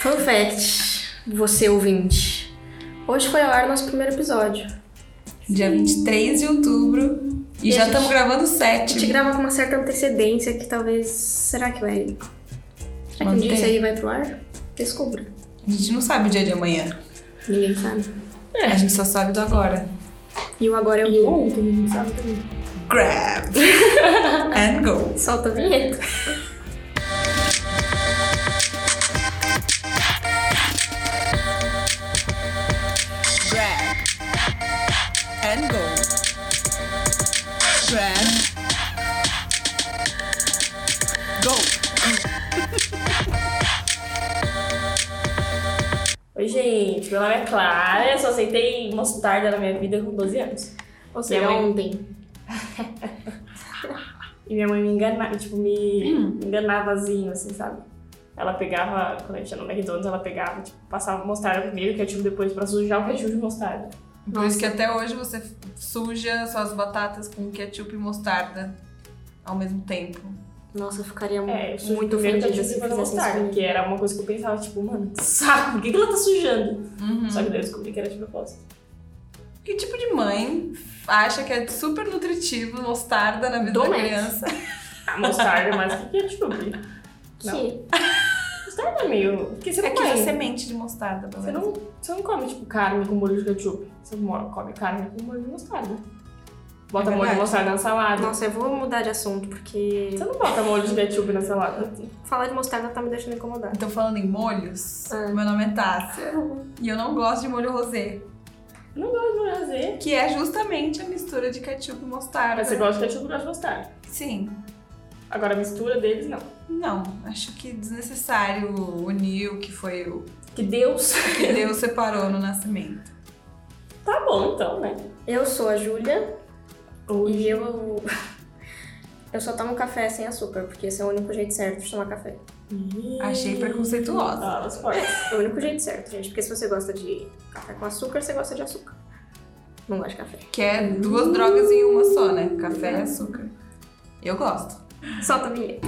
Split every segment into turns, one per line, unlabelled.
Fun fact, você ouvinte. Hoje foi ao ar nosso primeiro episódio.
Dia 23 de outubro. E,
E a
já
gente-
estamos gravando o
A gente
sétimo.
grava com uma certa antecedência que talvez. Será que vai. Será que um
Manter.
dia isso aí vai pro ar? Descubra.
A gente não sabe o dia de amanhã.
Ninguém sabe.
A gente só sabe do agora.
E o agora é o ontem, ninguém sabe também.
Grab and go.
Solta a vinheta.
Grab and go. Grab. Go.
Oi, gente. Meu nome é Clara. Eu só aceitei mostarda na minha vida com 12 anos.
Ou seja,
Minha mãe-
ontem.
E minha mãe me enganava, tipo, me enganavazinho, assim, sabe? Ela pegava, quando a gente era no McDonald's, ela pegava, tipo, passava mostarda primeiro, ketchup depois, pra sujar o ketchup de mostarda.
Por isso que até hoje você suja suas batatas com ketchup e mostarda ao mesmo tempo.
Nossa, eu ficaria mu-
É, eu sujei
Hum, muito
primeiro
ofendida
ketchup
se
depois
fizesse
mostarda,
isso.
que era uma coisa que eu pensava, tipo, mano, que saco, por que, que ela tá sujando?
Uhum.
Só que daí eu descobri que era de propósito.
Que tipo de mãe acha que é super nutritivo mostarda na vida
Do
da
Max.
criança?
A mostarda é mais que ketchup.
Que?
Mostarda é meio... Porque você não
É que
vai-
é semente de mostarda,
Você não, você não come, tipo, carne com molho de ketchup. Você mo- come carne com molho de mostarda. Bota
É
molho de
verdade.
mostarda na salada.
Nossa, eu vou mudar de assunto porque.
Você não bota molho de ketchup na salada.
Falar de mostarda tá me deixando incomodada.
Então, falando em molhos,
Ah.
meu nome é Tássia e eu não gosto de molho rosé,
Não gosto de molho fazer.
que é justamente a mistura de ketchup e mostarda.
Mas você gosta de ketchup, gosta de mostarda.
Sim.
Agora a mistura deles, não.
Não, acho que desnecessário unir o que foi o
Que Deus.
que Deus separou no nascimento.
Tá bom, então, né?
Eu sou a Júlia e eu. Eu só tomo café sem açúcar, porque esse é o único jeito certo de tomar café.
Achei preconceituosa.
Ah, elas fortes.
É o único jeito certo, gente, porque se você gosta de café com açúcar, você gosta de açúcar. Não gosta de café.
Que é duas drogas em uma só, né? Café e açúcar. Eu gosto.
Solta a vinheta.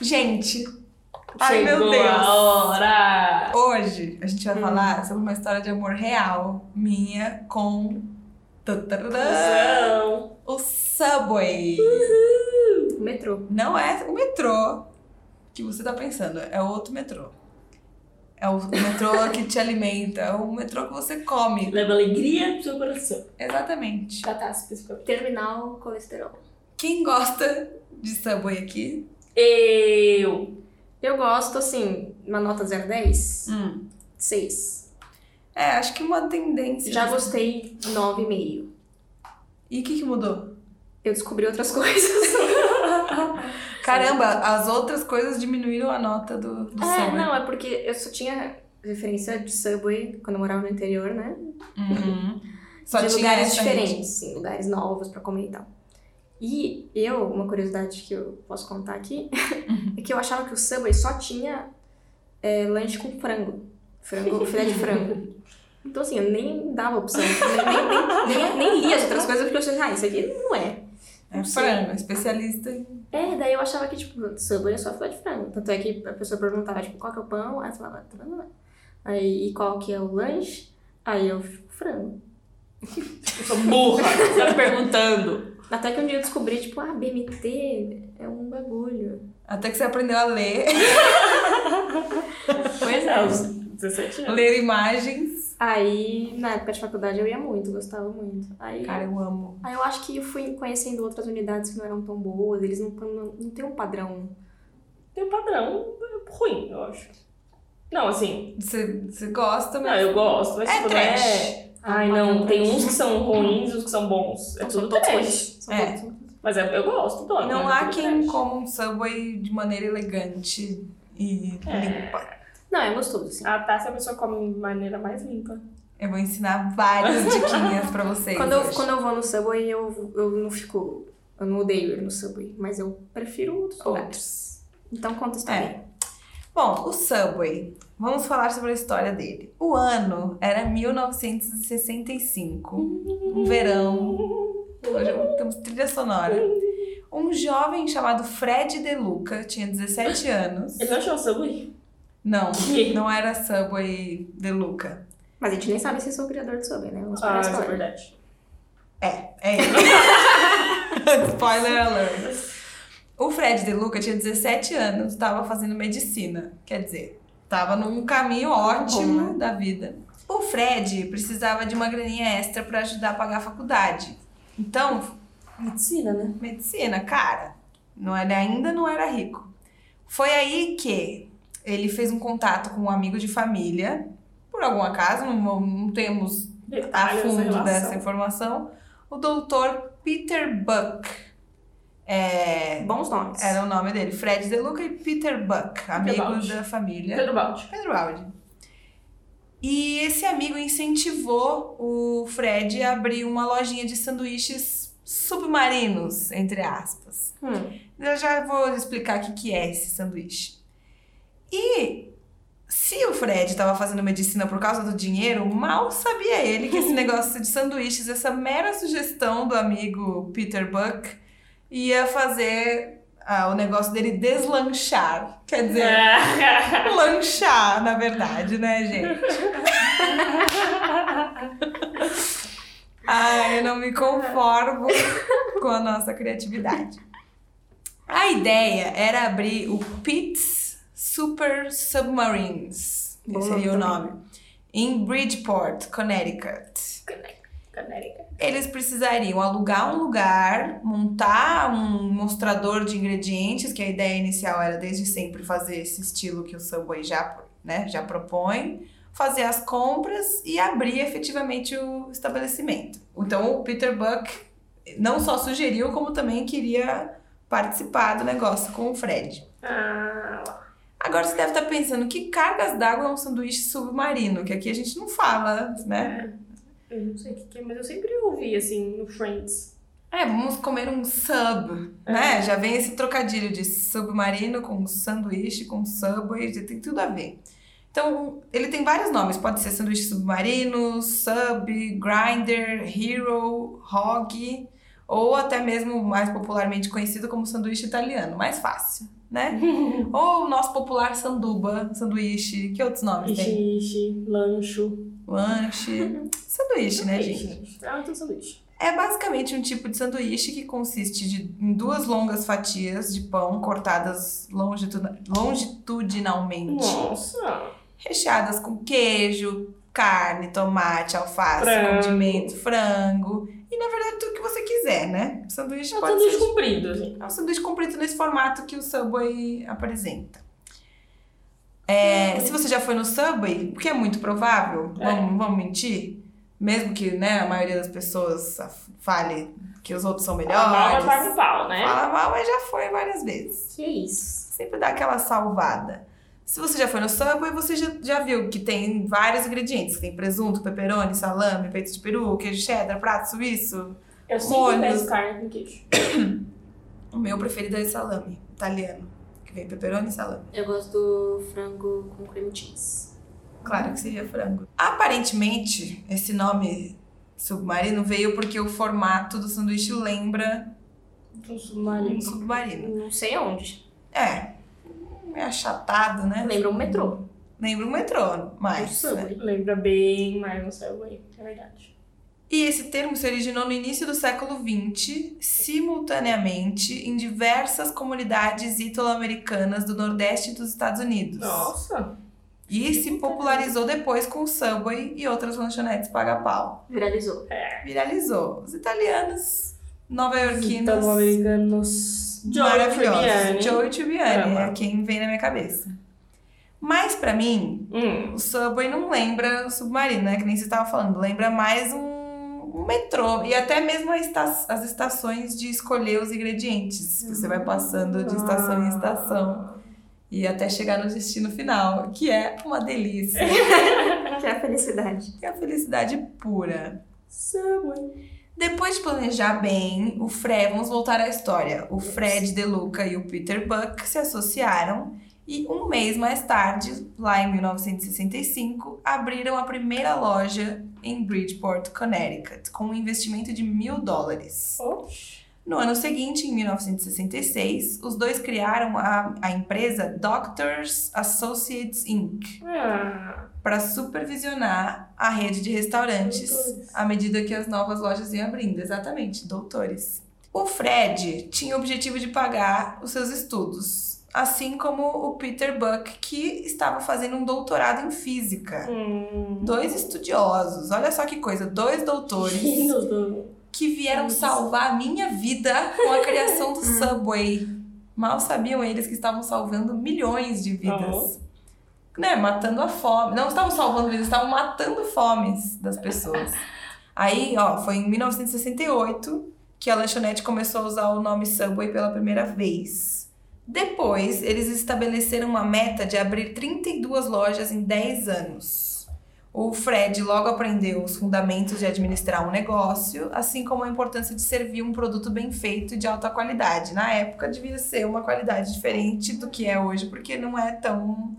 Gente, ai meu
Chegou
Deus.
a hora.
Hoje a
Hum.
gente vai falar sobre uma história de amor real minha com Ah. Tataradã,
Não.
Uhum.
o Subway.
Metrô.
Não é o metrô que você tá pensando, é outro metrô. É o metrô que te alimenta, é o metrô que você come.
Leva alegria pro seu coração.
Exatamente.
Catarse, especificamente.
Terminal colesterol.
Quem gosta de Subway aqui?
Eu.
Eu gosto, assim, uma nota 0 a 10,
Hum.
6.
É, acho que uma tendência.
Já gostei 9,5.
E o que, que mudou?
Eu descobri outras coisas.
Caramba, as outras coisas diminuíram a nota do, do
É,
Subway.
não, é porque eu só tinha referência de Subway quando eu morava no interior, né?
Uhum. Só
de
tinha
lugares
essa rede.
diferentes, sim, lugares novos pra comer e tal. E eu, uma curiosidade que eu posso contar aqui,
Uhum.
é que eu achava que o Subway só tinha é, lanche com frango. Frango, filé de frango. Então, assim, eu nem dava opção. assim, Eu Nem, nem, nem, nem li as outras coisas porque eu achei, ah, isso aqui não é.
É frango, é especialista em
É, daí eu achava que, tipo, Subway é só filé de frango. Tanto é que a pessoa perguntava, tipo, qual que é o pão? Aí eu falava, tá vendo? Aí, e qual que é o lanche? Aí eu, frango.
Eu sou burra. Você tá me perguntando.
Até que um dia eu descobri, tipo, ah, BMT é um bagulho.
Até que você aprendeu a ler,
Pois é, aos 17 anos.
ler imagens.
Aí, na época de faculdade, eu ia muito, gostava muito. Aí,
Cara, eu amo.
aí eu acho que eu fui conhecendo outras unidades que não eram tão boas, eles não, não, não têm um padrão.
Tem um padrão ruim, eu acho. Não, assim,
Você, você gosta,
não,
mas.
eu gosto, mas
É
tipo,
trash. Ah,
não é. Ai, não, tem uns que são ruins e uns que são bons. É
Não, são
tudo
todos
trash.
ruins. São
É.
todos-
Mas é- eu gosto, tô.
Não
mas é
há
tudo
quem
trash.
coma um subway de maneira elegante e
É.
limpa.
Não, é gostoso, assim.
A taça a pessoa come de maneira mais limpa.
Eu vou ensinar várias diquinhas pra vocês.
Quando eu,
hoje.
quando eu vou no Subway, eu, eu não fico... Eu não odeio ir no Subway, mas eu prefiro outros lugares.
Outros.
Então conta a
É.
história.
Bom, o Subway. Vamos falar sobre a história dele. O ano era 1965. Um verão. Hoje temos trilha sonora. um jovem chamado Fred De Luca, tinha 17 anos.
Ele não achou o Subway?
Não,
Que?
não era Subway De Luca.
Mas a gente nem sabe se sou o criador de Subway, né? Vamos
Ah,
parar de
isso é
falar.
Tá
verdade.
É, é ele. Spoiler alert. O Fred De Luca tinha 17 anos, estava fazendo medicina. Quer dizer, estava num caminho ótimo
Bom,
da vida. O Fred precisava de uma graninha extra para ajudar a pagar a faculdade. Então,
Medicina, né?
medicina, cara. Não era, ainda não era rico. Foi aí que ele fez um contato com um amigo de família. Por algum acaso, não, vou- não temos a
Detalhe dessa
fundo
relação.
dessa informação. O doutor Peter Buck. É,
Bons nomes.
era o nome dele. Fred DeLuca e Peter Buck, amigo
Baldi.
da família.
Pedro Baldi.
Pedro Aldi. E esse amigo incentivou o Fred a abrir uma lojinha de sanduíches submarinos, entre aspas.
Hum.
Eu já vou explicar o que, que é esse sanduíche. E se o Fred estava fazendo medicina por causa do dinheiro, mal sabia ele que esse negócio de sanduíches, essa mera sugestão do amigo Peter Buck, ia fazer ah, o negócio dele deslanchar. Quer dizer,
É. Ah,
lanchar, na verdade, né, gente? Ai, eu não me conformo com a nossa criatividade. A ideia era abrir o Pitts Super Submarines,
Bom
esse
nome
seria o
também.
nome, em Bridgeport, Connecticut
Canérica.
eles precisariam alugar um lugar, montar um mostrador de ingredientes, que a ideia inicial era desde sempre fazer esse estilo que o Subway já, né, já propõe, fazer as compras e abrir efetivamente o estabelecimento. Então o Peter Buck não só sugeriu, como também queria participar do negócio com o Fred.
Ah, lá.
Agora você deve estar pensando que cargas d'água é um sanduíche submarino, que aqui a gente não fala, né?
Eu não sei o que que é, mas eu sempre ouvi, assim, no Friends.
É, vamos comer um sub, né? Já vem esse trocadilho de submarino com sanduíche, com subway, já tem tudo a ver. Então, ele tem vários nomes, pode ser sanduíche submarino, sub, grinder, hero, hog, ou até mesmo mais popularmente conhecido como sanduíche italiano, mais fácil, né? ou o nosso popular sanduba, sanduíche, que outros nomes tem?
Ishi, ishi, lancho.
Lanche, sanduíche, né, gente?
Sanduíche. Ah, então sanduíche.
É basicamente um tipo de sanduíche que consiste de, em duas longas fatias de pão cortadas longitudina- longitudinalmente,
Nossa.
recheadas com queijo, carne, tomate, alface,
Frango.
condimento, frango e na verdade tudo que você quiser, né? Sanduíche
É um
pode
sanduíche
ser
comprido, assim.
é um sanduíche comprido nesse formato que o Subway apresenta. É, se você já foi no Subway, o que é muito provável,
É.
vamos, vamos mentir, mesmo que né, a maioria das pessoas af- fale que os outros são melhores,
Ah, mas paga um pau, né?
fala mal, mas já foi várias vezes.
Que isso.
Sempre dá aquela salvada. Se você já foi no Subway, você já, já viu que tem vários ingredientes. Tem presunto, pepperoni, salame, peito de peru, queijo cheddar, prato suíço.
Eu sempre
Olhos.
peço carne com queijo.
O meu preferido é salame, italiano. Que vem pepperoni e salame.
Eu gosto do frango com cream cheese.
Claro que seria frango. Aparentemente, esse nome submarino veio porque o formato do sanduíche lembra
Um
um
submarino.
submarino.
Não sei onde.
É, é achatado, né?
Lembra um metrô.
Lembra um metrô,
Um
mas. né?
subway.
Lembra bem mais um Subway. É verdade.
E esse termo se originou no início do século XX, simultaneamente em diversas comunidades italo-americanas do Nordeste dos Estados Unidos.
Nossa.
E se popularizou depois com o Subway e outras lanchonetes paga-pau.
Viralizou.
Viralizou. Os italianos, nova-iorquinos. maravilhosa.
Italo-americanos. Giovanni.
Joey Tribbiani
Ama.
é quem vem na minha cabeça. Mas pra mim,
Hum.
o Subway não lembra o submarino, né? Que nem você estava falando. Lembra mais um, um metrô. E até mesmo a esta- as estações de escolher os ingredientes. Você vai passando de
Ah.
estação em estação. E até chegar no destino final, que é uma delícia.
Que é a felicidade.
que é a felicidade pura.
Subway.
Depois de planejar bem, o Fred, vamos voltar à história. O Fred De Luca e o Peter Buck se associaram e um mês mais tarde, lá em 1965, abriram a primeira loja em Bridgeport, Connecticut, com um investimento de mil dólares.
Oxi.
No ano seguinte, em 1966, os dois criaram a, a empresa Doctors Associates Inc.
Ah,
para supervisionar a rede de restaurantes
Doutores.
à medida que as novas lojas iam abrindo. Exatamente, doutores. O Fred tinha o objetivo de pagar os seus estudos, assim como o Peter Buck, que estava fazendo um doutorado em física.
hum.
Dois estudiosos, olha só que coisa, dois doutores
Gênios do-
que vieram
Nossa.
salvar a minha vida com a criação do Subway. Mal sabiam eles que estavam salvando milhões de vidas. Né, matando a fome. Não estavam salvando vidas, estavam matando fomes das pessoas. Aí, ó, foi em 1968 que a lanchonete começou a usar o nome Subway pela primeira vez. Depois, eles estabeleceram uma meta de abrir 32 lojas em 10 anos. O Fred logo aprendeu os fundamentos de administrar um negócio, assim como a importância de servir um produto bem feito e de alta qualidade. Na época devia ser uma qualidade diferente do que é hoje, porque não é tão,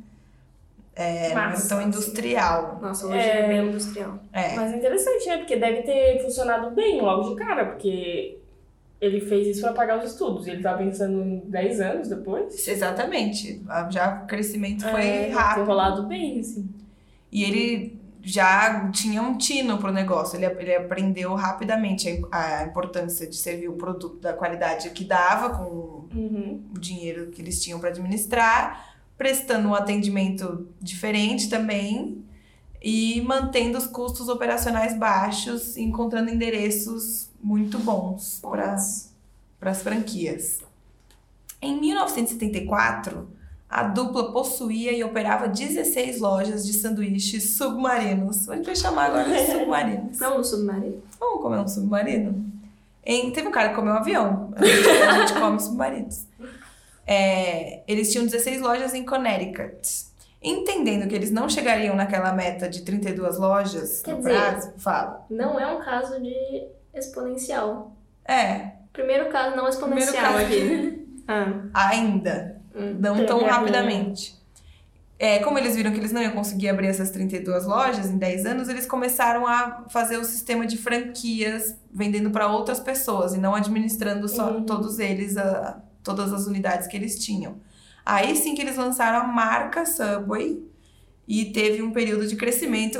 é, não é
Massa,
tão
assim.
industrial.
Nossa, hoje é,
É.
bem industrial.
É.
Mas é interessante, né? Porque deve ter funcionado bem logo de cara, porque ele fez isso pra pagar os estudos. E ele tava pensando em 10 anos depois.
Exatamente. Já o crescimento foi
É, deve Ter
rápido.
rolado bem, assim.
E ele já tinha um tino pro negócio, ele, ele aprendeu rapidamente a, a importância de servir o produto da qualidade que dava com
Uhum.
o dinheiro que eles tinham para administrar, prestando um atendimento diferente também e mantendo os custos operacionais baixos, encontrando endereços muito bons para as franquias. Em 1974, a dupla possuía e operava 16 lojas de sanduíches submarinos. A gente vai chamar agora de submarinos.
Não no submarino.
Vamos comer um submarino? Em- teve um cara que comeu um avião. A gente, a gente come submarinos. É, eles tinham 16 lojas em Connecticut. Entendendo que eles não chegariam naquela meta de 32 lojas
Quer
no
dizer-
prazo, fala.
Não é um caso de exponencial.
É,
Primeiro caso não exponencial
caso.
aqui. Ah,
ainda.
Hum,
Não tão
teve a
rapidamente. É, como eles viram que eles não iam conseguir abrir essas 32 lojas em 10 anos, eles começaram a fazer o sistema de franquias, vendendo para outras pessoas e não administrando só
Uhum.
todos eles, a- todas as unidades que eles tinham. Aí sim que eles lançaram a marca Subway e teve um período de crescimento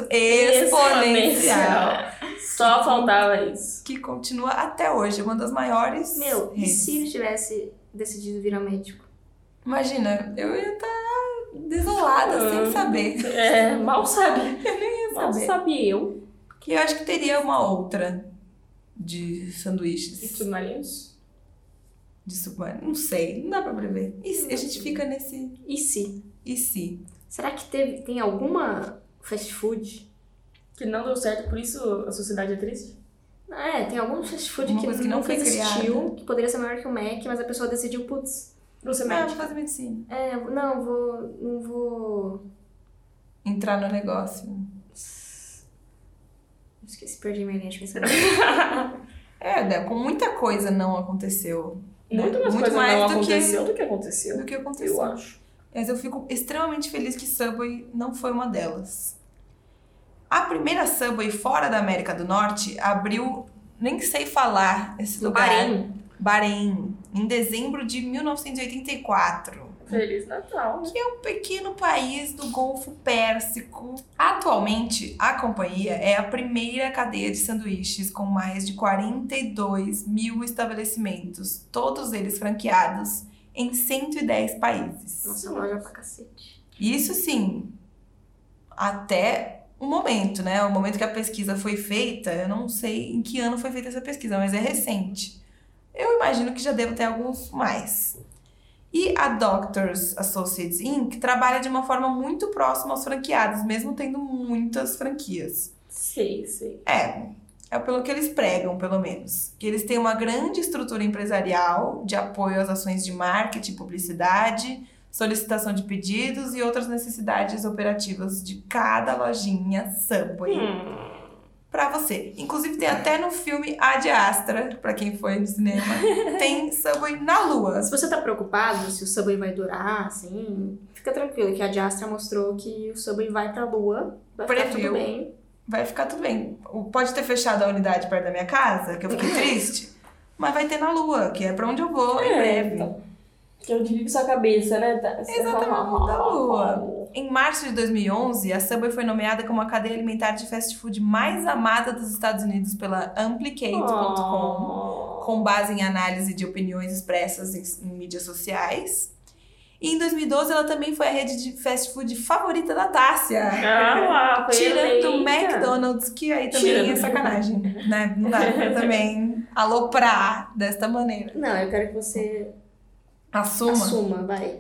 exponencial
Só faltava isso.
que continua até hoje, é uma das maiores.
meu, e
redes.
se ele tivesse decidido virar médico?
Imagina, eu ia estar desolada sem
Ah.
saber.
É, mal sabe.
Sem
Mal
saber.
sabe eu.
Que eu acho que teria uma outra de
E
sanduíches.
submarinos?
De submarino. Não sei, não dá pra prever. E se- a gente fica nesse
E se?
e se?
Será que teve, tem alguma fast food?
Que não deu certo, por isso a sociedade é triste?
É, tem algum fast food
Alguma
que,
coisa que não
nunca
foi
existiu,
criada.
que poderia ser maior que o Mac, mas a pessoa decidiu, putz,
Você
Ah,
mete.
vou fazer medicina.
é, não, vou, não vou...
Entrar no negócio.
Esqueci, perdi minha linha de pensamento.
É, né, com muita coisa não aconteceu
Muito mais
É, Muito
coisa
mais
não
do que-
aconteceu do que aconteceu.
do que aconteceu.
Eu acho.
Mas eu fico extremamente feliz que Subway não foi uma delas. A primeira Subway fora da América do Norte abriu, nem sei falar esse
No
lugar.
Bahrein.
Bahrein, em dezembro de 1984.
Feliz Natal. né?
um pequeno país do Golfo Pérsico. Atualmente, a companhia é a primeira cadeia de sanduíches com mais de 42 mil estabelecimentos, todos eles franqueados em 110 países.
Nossa, loja pra cacete.
Isso sim, até o momento, né? O momento que a pesquisa foi feita, eu não sei em que ano foi feita essa pesquisa, mas é recente. Eu imagino que já devo ter alguns mais. E a Doctors Associates Inc. trabalha de uma forma muito próxima aos franqueados, mesmo tendo muitas franquias.
Sei, sei.
É, é pelo que eles pregam, pelo menos. Que eles têm uma grande estrutura empresarial de apoio às ações de marketing, publicidade, solicitação de pedidos e outras necessidades operativas de cada lojinha Subway
Hum,
pra você. Inclusive tem até no filme Ad Astra, pra quem foi no cinema, tem Subway na lua.
Se você tá preocupado se o Subway vai durar, assim, fica tranquilo que a Diastra mostrou que o Subway vai pra lua, vai ficar
Previu.
tudo bem.
Vai ficar tudo bem. O- Pode ter fechado a unidade perto da minha casa, que eu fiquei triste. mas vai ter na Lua, que é pra onde eu vou em
É,
breve.
então. Que eu divido sua cabeça, né? Tá-
Exatamente, da lua. Em março de 2011, a Subway foi nomeada como a cadeia alimentar de fast food mais amada dos Estados Unidos pela Amplicate.com,
Oh.
com base em análise de opiniões expressas em, em mídias sociais. E em 2012, ela também foi a rede de fast food favorita da Tássia.
Ah lá, foi
Tirando o
eleita.
McDonald's, que aí também
Tirando.
é sacanagem, né? Não dá pra também aloprar desta maneira.
Não, eu quero que você
Assuma.
assuma, vai.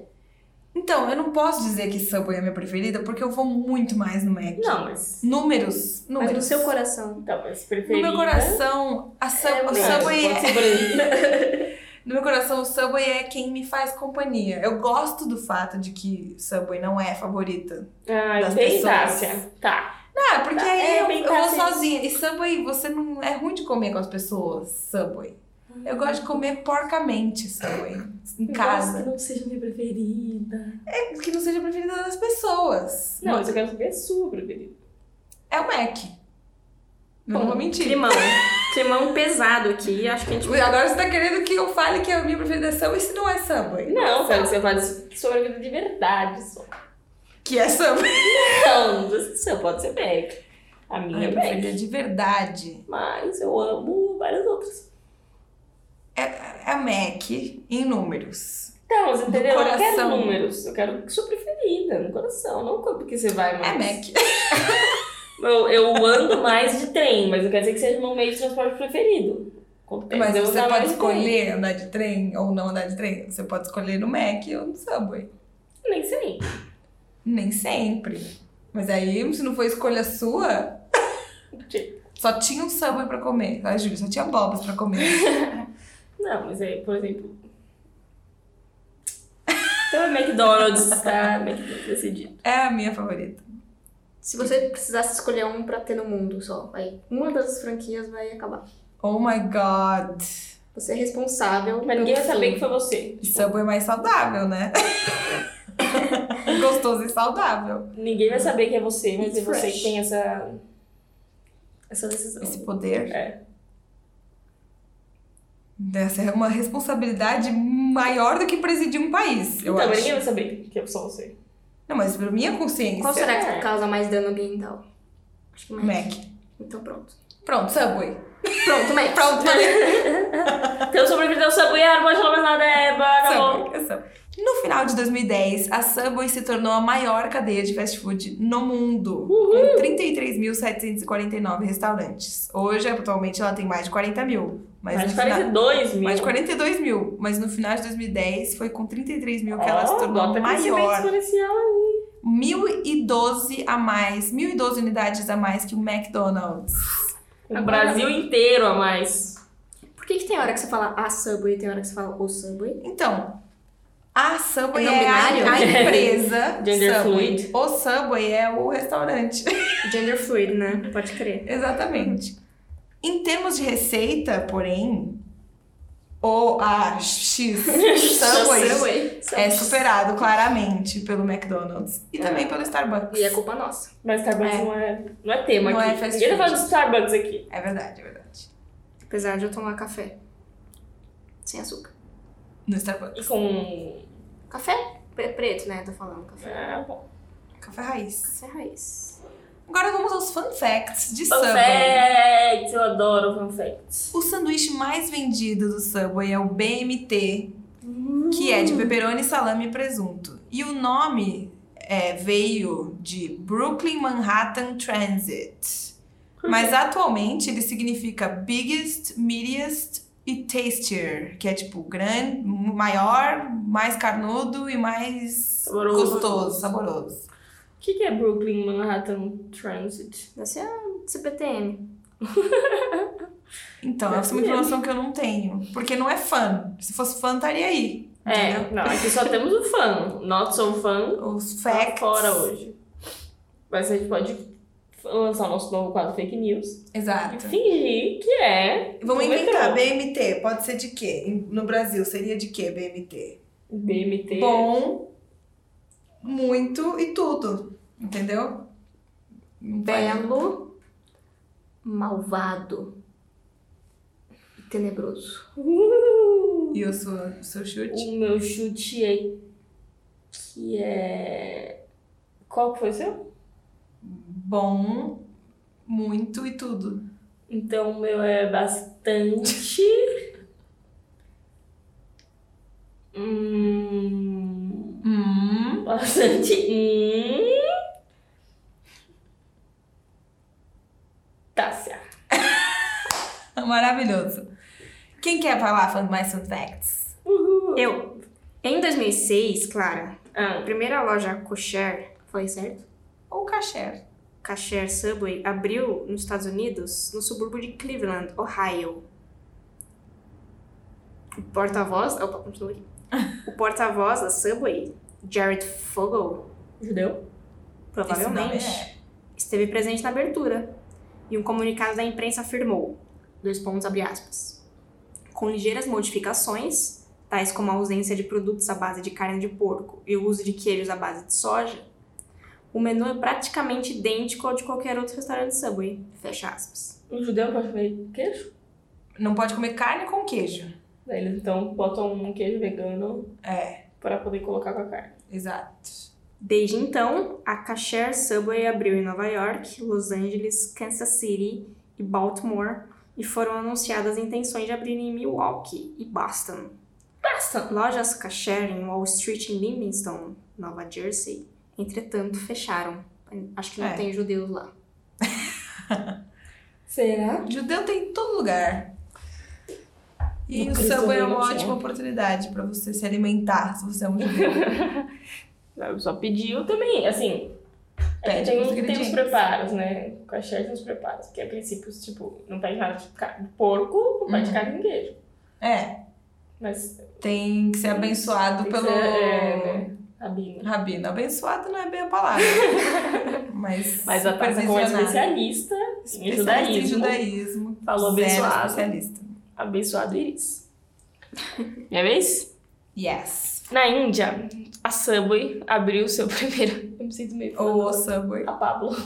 Então, eu não posso dizer que Subway é a minha preferida, porque eu vou muito mais no Mac.
Não, mas.
Números, números.
Mas no seu coração.
Então, mas
No
preferida.
meu coração, a Sub-
É
o
mesmo,
Subway é...
Pode ser branco.
No meu coração, o Subway é quem me faz companhia. Eu gosto do fato de que Subway não é a favorita.
Ah,
Das
bem,
pessoas.
Tássia. Tá.
Ah, porque
Tá,
aí
é,
eu,
bem
eu vou
fácil.
sozinha. E Subway, você não... É ruim de comer com as pessoas, Subway. Eu gosto de comer porcamente, Subway. Em
Gosto
casa. É,
que não seja minha preferida.
Que não seja a preferida das pessoas.
Não, mas eu quero saber a sua preferida.
É o Mac. Não
Bom,
vou mentir.
Climão. Climão pesado aqui. Acho que a gente.
Ui, Agora você tá querendo que eu fale que a minha preferida é Subway se não é Subway.
Não, quero que você fale sobre a vida de verdade só.
Que é Subway.
Não, você pode ser Mac. A
A
minha é
minha
Mac.
preferida de verdade
Mas eu amo várias outras.
é Mac em números.
Então, você entendeu? Eu não quero
coração.
números. Eu quero sua preferida, no coração. Não porque você vai mais.
É Mac.
Eu, eu ando mais de trem, mas não quer dizer que seja meu meio de transporte preferido. Acontece,
Mas
eu assim.
você
andar
pode
mais de trem.
escolher andar de trem ou não andar de trem. Você pode escolher no Mac ou no Subway.
Nem sei.
Nem sempre. Mas aí, se não for escolha sua, só tinha um Subway pra comer. Ah, Júlia, só tinha bobas pra comer.
Não, mas aí, por exemplo. Então é McDonald's, tá? McDonald's decidido.
É a minha favorita.
Se você precisasse escolher um pra ter no mundo só, vai. Uma das franquias vai acabar.
Oh my God.
Você é responsável.
Mas ninguém vai
pelo
saber
fim.
que foi você.
Subway é mais saudável, né? Gostoso e saudável.
Ninguém vai saber que é você, mas é
It's
você
fresh.
que tem essa. Essa decisão.
Esse poder.
É.
Essa é uma responsabilidade maior do que presidir um país, eu
então, mas
acho.
ninguém vai saber que é só você.
Não, mas pra minha consciência,
Qual será que
É.
causa mais dano ambiental? Acho que mais.
Mac.
Então pronto.
Pronto, Subway.
Pronto, Mac.
Pronto,
Tá Então, sobre a vida do Subway, ah, não pode falar mais nada, é, acabou.
Subway, é Subway. No final de 2010, a Subway se tornou a maior cadeia de fast food no mundo, com 33.749 restaurantes. Hoje, atualmente, ela tem mais de 40 mil. Mas
Mais
no
de
final-
42 mil.
Mais de 42 mil, mas no final de 2010 foi com 33 mil que ela se
Ó,
tornou
bota Oh, crescimento
maior.
exponencial.
1.012 a mais, 1.012 unidades a mais que o McDonald's.
O
Agora-
Brasil inteiro a mais.
Por que, que tem hora que você fala a Subway e tem hora que você fala o Subway?
Então, a Subway
É não
é, a,
binário?
a empresa
Gender
Subway.
fluid.
O Subway é o restaurante.
Gender fluid, né? Pode crer.
Exatamente. Em termos de receita, porém, o a X Subway
Subway.
é superado claramente pelo McDonald's e também pelo Starbucks.
E é culpa nossa.
Mas Starbucks
É.
não, é, não é tema
Não
aqui.
é fast
Ninguém tá
food.
falando de Starbucks aqui.
É verdade, é verdade.
Apesar de eu tomar café. Sem açúcar.
No Starbucks.
E com.
Café pre- preto, né? Tô falando. Café.
Ah, bom.
Café raiz.
Café raiz.
Agora vamos aos fun facts de
Fun
Subway.
facts, eu adoro fun facts.
O sanduíche mais vendido do Subway é o BMT, que é
Hum.
de pepperoni, salame e presunto. E o nome é, veio de Brooklyn Manhattan Transit. Mas atualmente ele significa biggest, meatiest e tastier, que é tipo grande, maior, mais carnudo e mais
Saboroso.
gostoso, saboroso.
O que, que é Brooklyn Manhattan Transit?
Deve ser a CPTM.
Então,
assim
essa é uma informação que eu não tenho, porque não é fã. Se fosse fã, estaria aí.
É, não, aqui só temos o fã. Not so fun.
Os
Tá
facts.
fora hoje. Mas a gente pode lançar o nosso novo quadro fake news e
Exato.
fingir que é
Vamos
do metrô.
inventar BMT. Pode ser de quê? Em- No Brasil seria de quê BMT?
BMT.
Bom, muito e tudo. Entendeu? Não vai-
Belo. Malvado. Tenebroso.
E o seu, seu chute?
O meu chute é. Que é. Qual que foi o seu?
Bom, muito e tudo.
Então o meu é bastante. hum,
Hum.
bastante. Hum. Tássia.
Maravilhoso. Quem quer falar falando mais fun facts?
Uhul.
Eu. Em 2006, Clara, a
Ah,
primeira loja kosher, falei certo?
Ou Cacher?
Kasher Subway abriu nos Estados Unidos, no subúrbio de Cleveland, Ohio. O porta-voz. Opa, continua aqui. O porta-voz da Subway, Jared Fogle,
judeu?
é
provavelmente, esteve presente na abertura. E um comunicado da imprensa afirmou: dois pontos abre aspas. Com ligeiras modificações, tais como a ausência de produtos à base de carne de porco e o uso de queijos à base de soja, o menu é praticamente idêntico ao de qualquer outro restaurante Subway. Fecha aspas.
Um judeu pode comer queijo?
Não pode comer carne com queijo.
Daí eles então botam um queijo vegano
É,
pra poder colocar com a carne.
exato.
Desde então, a Kasher Subway abriu em Nova York, Los Angeles, Kansas City e Baltimore e foram anunciadas intenções de abrir em Milwaukee e Boston.
Basta!
Lojas Kasher em Wall Street em Livingston, Nova Jersey, entretanto, fecharam. Acho que não
É.
tem judeus lá.
Será?
Judeu tem em todo lugar. E
No
o
Cristo
Subway é uma
Reino tinha.
ótima oportunidade pra você se alimentar, se você é um judeu.
Eu só pediu também, assim. é que
Pede
tem,
os
uns- tem
ingredientes.
uns preparos, né? Com a Cher tem uns preparos. Porque a princípio, tipo, não pede nada de ca- de porco, não pede
Uhum.
carne com queijo.
É,
Mas
tem que ser abençoado
Tem que
pelo
ser, é, Rabino.
rabino. Abençoado não é bem a palavra. Mas,
Mas a Tata, como é
supervisionado.
especialista, em
Especialista em
judaísmo,
judaísmo.
falou
Zero
abençoado.
especialista.
Abençoado Iris. Minha vez?
Yes.
Na Índia, a Subway abriu seu primeiro. Eu me sinto meio.
Ou o Subway.
A Pablo.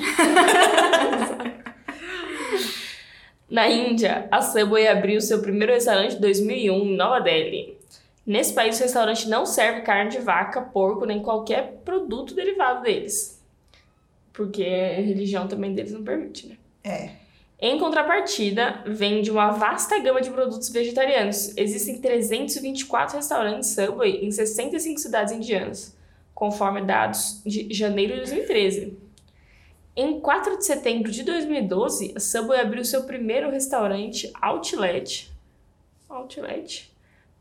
Na Índia, a Subway abriu seu primeiro restaurante em 2001 em Nova Delhi. Nesse país, o restaurante não serve carne de vaca, porco, nem qualquer produto derivado deles. Porque a religião também deles não permite, né?
É.
Em contrapartida, vende uma vasta gama de produtos vegetarianos. Existem 324 restaurantes Subway em 65 cidades indianas, conforme dados de janeiro de 2013. Em 4 de setembro de 2012, a Subway abriu seu primeiro restaurante Outlet. Outlet.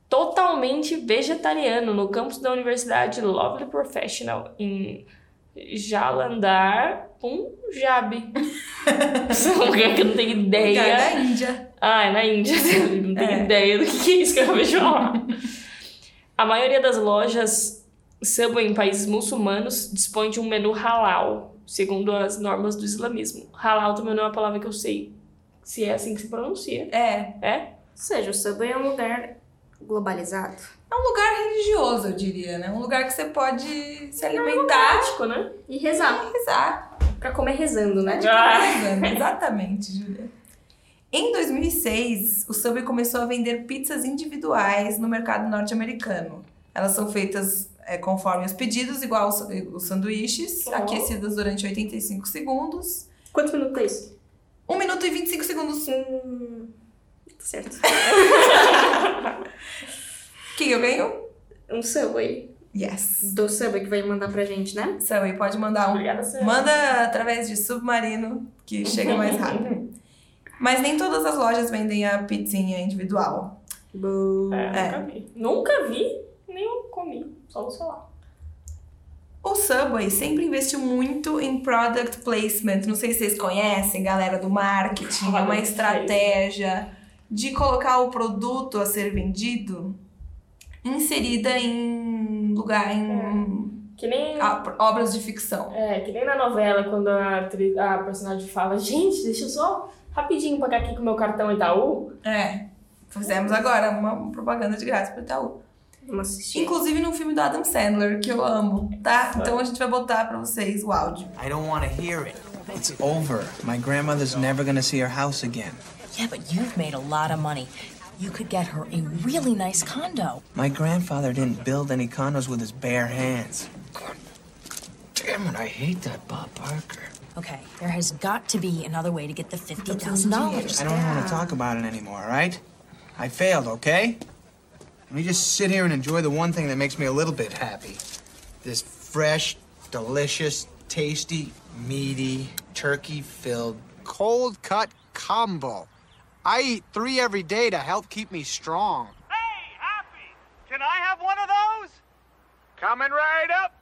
Totalmente vegetariano no campus da Universidade Lovely Professional em Jalandhar, Punjab. Isso é um lugar que eu não tenho
Lugar
ideia.
da Índia.
Ah, é na Índia. Eu Não tenho
É.
ideia do que que é isso que eu acabei de falar. A maioria das lojas Subway em países muçulmanos dispõe de um menu halal, segundo as normas do islamismo. Halal também não é uma palavra que eu sei se é assim que se pronuncia.
É.
Ou seja, o Subway é um lugar globalizado.
É um lugar religioso, eu diria, né? Um lugar que você pode
é
se
um
alimentar
Prático, né?
E rezar.
e rezar.
Pra comer rezando,
Né?
né?
De
Ah.
coisa. Exatamente, Júlia. Em 2006, o Subway começou a vender pizzas individuais no mercado norte-americano. Elas são feitas é, conforme os pedidos, igual os, os sanduíches,
Oh.
aquecidas durante 85 segundos.
Quantos minutos é isso?
1 minuto e 25 segundos.
Hum, tá certo.
Quem eu ganho?
Um Subway.
Yes.
Do Subway que vai mandar pra gente, né?
Subway, pode mandar um
Obrigada, Sam. Uhum.
Manda através de submarino, que chega mais rápido. Mas nem todas as lojas vendem a pizzinha individual.
Boo.
É,
É.
Nunca vi. Nunca vi, nem eu comi. Só vou falar.
O Subway sempre investiu muito em product placement. Não sei se vocês conhecem, galera do marketing. É uma
Product
estratégia de colocar o produto a ser vendido inserida em lugar em
Que nem.
a- obras de ficção.
É, que nem na novela, quando a, atri- a personagem fala, gente, deixa eu só rapidinho pagar aqui com o meu cartão Itaú.
É. Fizemos agora uma propaganda de graça pro Itaú.
Vamos assistir.
Inclusive no filme do Adam Sandler, que eu amo, tá? Então a gente vai botar pra vocês o áudio.
I don't want to hear it. It's over. My grandmother's never going to see her house again.
Yeah, but you've made a lot of money. You could get her a really nice condo.
My grandfather didn't build any condos with his bare hands. God damn it, I hate that Bob Barker.
Okay, there has got to be another way to get the $50,000.
I don't want to talk about it anymore, all right? I failed, okay? Let me just sit here and enjoy the one thing that makes me a little bit happy. This fresh, delicious, tasty, meaty, turkey filled, cold cut combo. I eat three every day to help keep me strong.
Hey, Happy! Can I have one of those? Coming right up.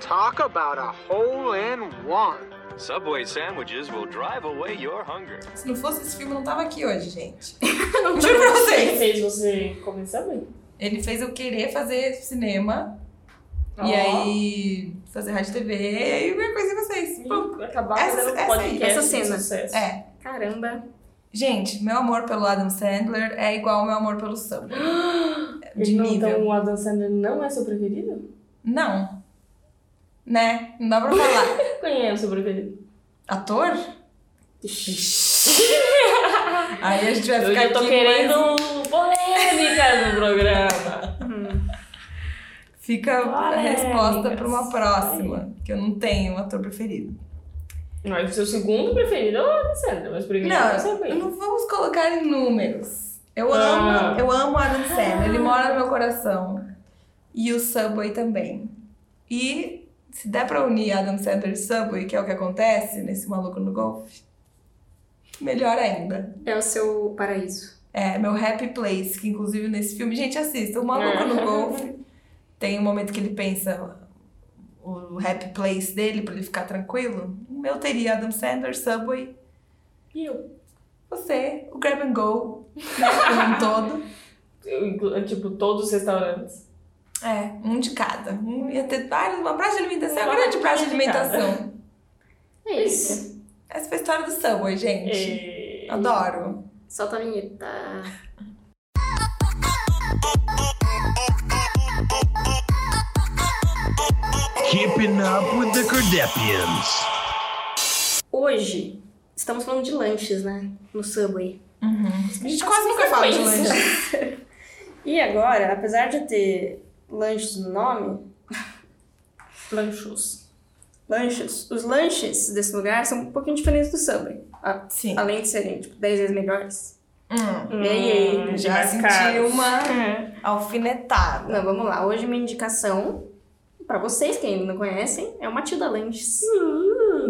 Talk about a hole in one.
Subway sandwiches will drive away your hunger.
Se não fosse esse filme, eu não tava aqui hoje, gente. Juro pra vocês.
fez você começar bem.
Ele fez eu querer fazer cinema.
Ó.
E aí, fazer rádio e TV, e aí eu conheci vocês. Pum.
Acabar
Essa-
fazendo um
essa aí,
podcast
essa
de
cena.
sucesso.
É.
Caramba.
Gente, meu amor pelo Adam Sandler é igual ao meu amor pelo Subway. De
Não,
nível.
Então o Adam Sandler não é seu preferido?
Não. Né? Não dá pra falar.
Quem é o seu preferido?
Ator? Aí a gente vai
Hoje
ficar
eu tô
aqui,
querendo
mas
polêmica no programa.
Fica a
Polêmicas.
resposta pra uma próxima. Que eu não tenho um ator preferido.
Mas o seu segundo preferido é o Adam Sandler, mas o primeiro é o seu
Não,
preferido.
não vamos colocar em números. Eu
Ah.
amo, eu amo Adam Sandler, ele mora no meu coração. E o Subway também. E se der pra unir Adam Sandler e Subway, que é o que acontece nesse maluco no golfe, melhor ainda.
É o seu paraíso.
É, meu happy place, que inclusive nesse filme, gente, assista, o maluco no golfe. Tem um momento que ele pensa o happy place dele pra ele ficar tranquilo. O meu teria Adam Sandler, Subway
E eu?
você, o grab and go, né, como um todo.
Eu inclu- Tipo, todos os restaurantes.
É, um de cada. Um ia ter vários, uma praça de alimentação, uma
Uma
grande praça
praça
de
de cada.
alimentação.
É isso.
Essa foi a história do Subway, gente.
É...
Adoro.
Solta a vinheta.
Keeping up with the Cardapians.
Hoje, estamos falando de lanches, né? No Subway.
A gente quase nunca fala de
frequência.
lanche.
E agora, apesar de ter lanches no nome,
Lanchos.
lanches, os lanches desse lugar são um pouquinho diferentes do Subway. A-
Sim.
Além de serem, tipo, 10 vezes melhores.
Hum,
Ei, ei.
já
mais
senti
caros.
uma
Uhum.
alfinetada.
Não, vamos lá. Hoje, minha indicação, pra vocês que ainda não conhecem, é o Matilda Lanches.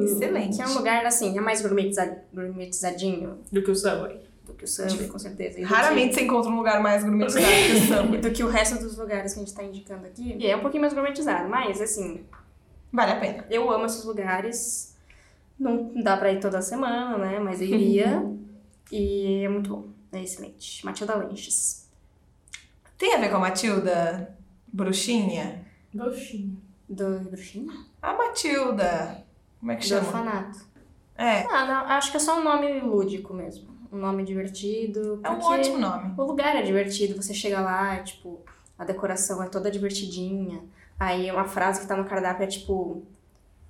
Excelente.
Que é um lugar, assim, é mais gourmetiza- gourmetizadinho
Do que o Subway.
do que o Subway, com certeza. E do que-
Raramente você encontra um lugar mais gourmetizado que o Subway.
do que o resto dos lugares que a gente tá indicando aqui. E é um pouquinho mais gourmetizado, mas, assim,
Vale a pena.
eu amo esses lugares. Não dá pra ir toda semana, né? Mas eu iria. e é muito bom. É excelente. Matilda Lanches.
Tem a ver com a Matilda Bruxinha?
Doxinho.
Do Bruxinha?
A Matilda. Como é que
Do
chama?
orfanato.
É,
Ah, não. Acho que é só um nome lúdico mesmo. Um nome divertido.
é um
porque
ótimo nome.
O lugar é divertido. Você chega lá, é, tipo... A decoração é toda divertidinha. Aí uma frase que tá no cardápio é tipo...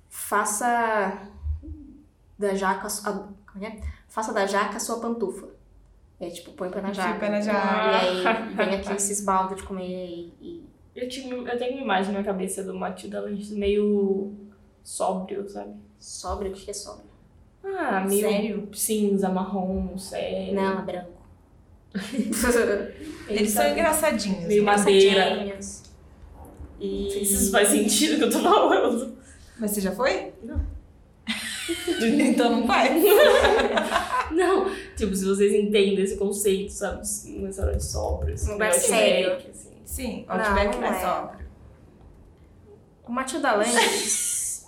Faça da jaca... a sua- como é que é? Faça da jaca a sua pantufa. É tipo, põe o pé na
Enfia o
jaca.
pé na jaca.
E aí vem aqui se esbalda de comer e... e-
Eu, tinha, eu tenho uma imagem na minha cabeça do Matilda Lanches meio sóbrio, sabe?
Sobra? O que é sobra?
Ah, meio
Sério?
cinza, marrom, sério.
Não, é branco.
Eles são engraçadinhos.
Então, Meio
né?
madeira.
Sardinhas.
Não sei
E...
se isso faz sentido que eu tô falando.
Mas você já foi?
Não.
então não vai.
Não, tipo, se vocês entendem esse conceito, sabe? Um restaurante sóbrio, assim,
Um lugar
outback,
sério.
assim.
Sim,
Não,
Outback
não
não é
é.
sóbrio.
O Matilda Lanches...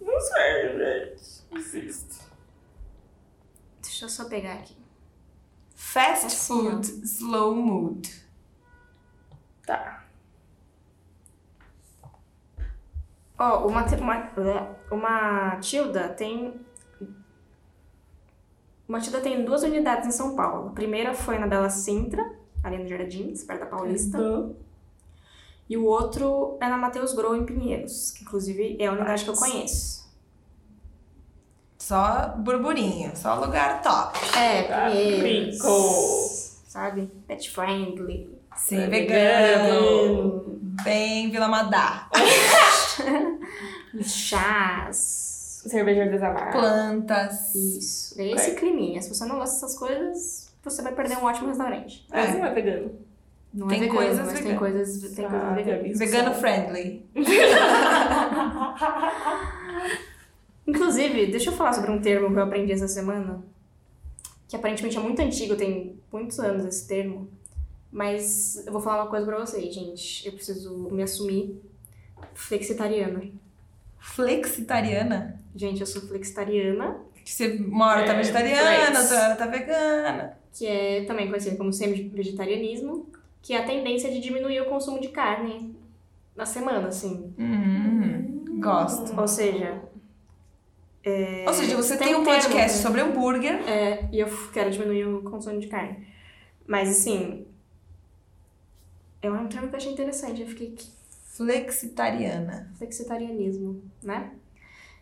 Não serve, gente. Insisto.
Deixa eu só pegar aqui.
Fast
Assim,
food, slow mood.
Tá.
Ó, uma, te- uma, blé, uma Tilda tem. Uma Tilda tem duas unidades em São Paulo. A primeira foi na Bela Sintra, ali no Jardins, perto da Paulista.
Então,
E o outro é na Mateus Grow, em Pinheiros, que inclusive é a unidade que eu conheço.
Só burburinho, só lugar top.
É,
Ah,
primeiros,
rico.
Sabe? Pet friendly.
Sim,
É
vegano. Bem Vila Madá.
Um Chás.
Cerveja artesanal.
Plantas.
Isso. É esse climinha. Se você não gosta dessas coisas, você vai perder um ótimo restaurante.
Mas não é vegano.
Não
Tem
é vegano,
coisas
mas tem
veganas.
coisas, tem coisas
Ah,
veganas.
delícia.
Vegano friendly.
Inclusive, deixa eu falar sobre um termo que eu aprendi essa semana, que aparentemente é muito antigo, tem muitos anos esse termo, mas eu vou falar uma coisa pra vocês, gente. Eu preciso me assumir flexitariana.
Flexitariana.
Gente, eu sou flexitariana,
Você uma hora tá
É,
vegetariana,
flex.
outra hora tá vegana.
que é também conhecida como semi-vegetarianismo, que é a tendência de diminuir o consumo de carne na semana, assim.
Hum, gosto.
Ou seja,
Ou seja, você tem,
tem
um
um termo,
podcast
né?
sobre hambúrguer.
é, e eu quero diminuir o consumo de carne. Mas, assim, é um termo que eu achei interessante, eu fiquei... "Que
Flexitariana.
flexitarianismo, né?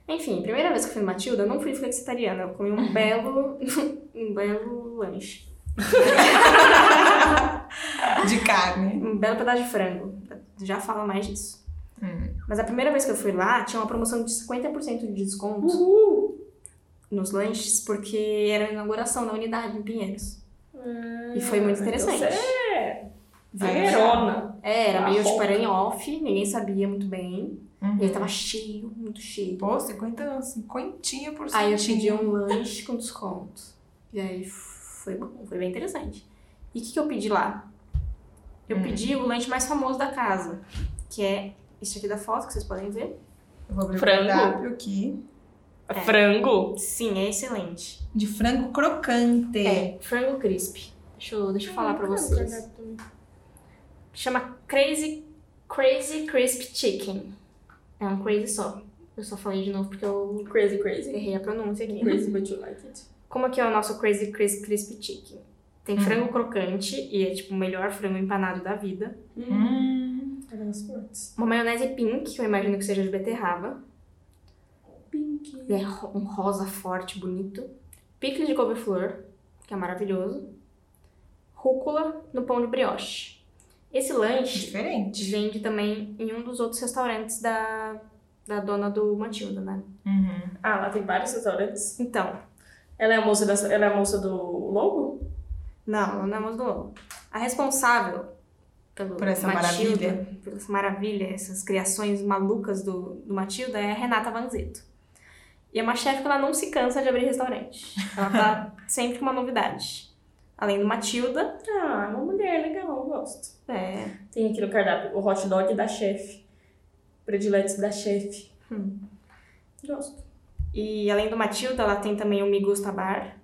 Enfim, primeira vez que eu fui em Matilda, eu não fui flexitariana, eu comi um belo, um belo lanche.
De carne.
Um belo pedaço de frango. Já fala mais disso.
Hum.
Mas a primeira vez que eu fui lá, tinha uma promoção de 50% de desconto
Uhul!
nos lanches, porque era a inauguração da unidade em Pinheiros. E foi muito interessante.
Você é
Verona.
verona.
É, era
Ah,
meio tipo,
bom.
era em off, ninguém sabia muito bem.
Uhum.
E ele tava cheio, muito cheio.
Pô, 50, 50 por
Aí eu pedi
centinho.
um lanche com desconto. E aí foi bom, foi bem interessante. E o que, que eu pedi lá? Eu
Hum.
pedi o lanche mais famoso da casa, que é isso aqui da foto, que vocês podem ver.
Eu vou abrir
Frango.
o cardápio aqui.
É.
Frango.
Sim, é excelente.
De frango crocante.
É, frango crisp. Deixa eu, deixa eu
Ah,
falar pra vocês. Chama Crazy, Crazy Crisp Chicken. É um crazy só. Eu só falei de novo porque eu
Crazy, crazy.
errei a pronúncia aqui.
Crazy, but you like it.
Como é que é o nosso Crazy Crisp Crispy Chicken? Tem frango crocante, e é tipo o melhor frango empanado da vida.
Hum.
Uma maionese pink, que eu imagino que seja de beterraba.
Pink.
E é ro- um rosa forte, bonito. Picles de couve-flor, que é maravilhoso. Rúcula no pão de brioche. Esse lanche
Diferente.
vende também em um dos outros restaurantes da, da dona do Matilda, né?
Uhum.
Ah, lá tem vários restaurantes.
Então,
Ela é a moça, da, ela é a moça do logo?
não, ela não é mais do Lolo. A responsável pelo
Por essa
Matilda,
maravilha.
por essa maravilha, essas criações malucas do, do Matilda, é a Renata Vanzetto. E é uma chefe que ela não se cansa de abrir restaurante. Ela tá sempre com uma novidade. Além do Matilda,
Ah, é uma mulher legal, eu gosto.
é,
Tem aqui no cardápio o hot dog da chefe. Prediletos da chefe.
Hum.
Gosto.
e além do Matilda, ela tem também o Migusta Bar,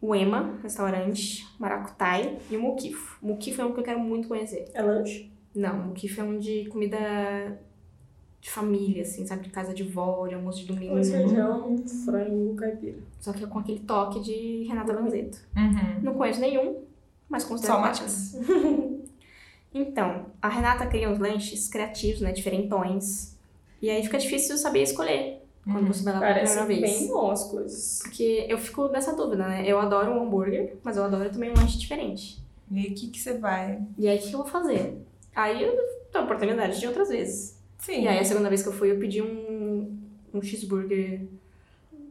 o Ema, restaurante, o Maracutai e o Mukifo. Mukifo é um que eu quero muito conhecer.
É lanche?
Não, o kiff é um de comida de família, assim, sabe? De casa de vó, de almoço de domingo.
Hum.
Arroz, feijão, frango, caipira.
Só que é com aquele toque de Renata Vanzetto.
Uhum.
Não conheço nenhum, mas considero
Só
bacana.
Matias.
Então, a Renata cria uns lanches criativos, né? Diferentões. E aí fica difícil saber escolher quando você vai
Ah,
lá pela
Parece
primeira vez.
bem bom as coisas.
Porque eu fico nessa dúvida, né? Eu adoro um hambúrguer, mas eu adoro também um lanche diferente.
E aí, o que, que você vai?
E aí, o que eu vou fazer? Aí eu tenho oportunidade de outras vezes.
Sim.
E aí a segunda vez que eu fui, eu pedi um, um cheeseburger,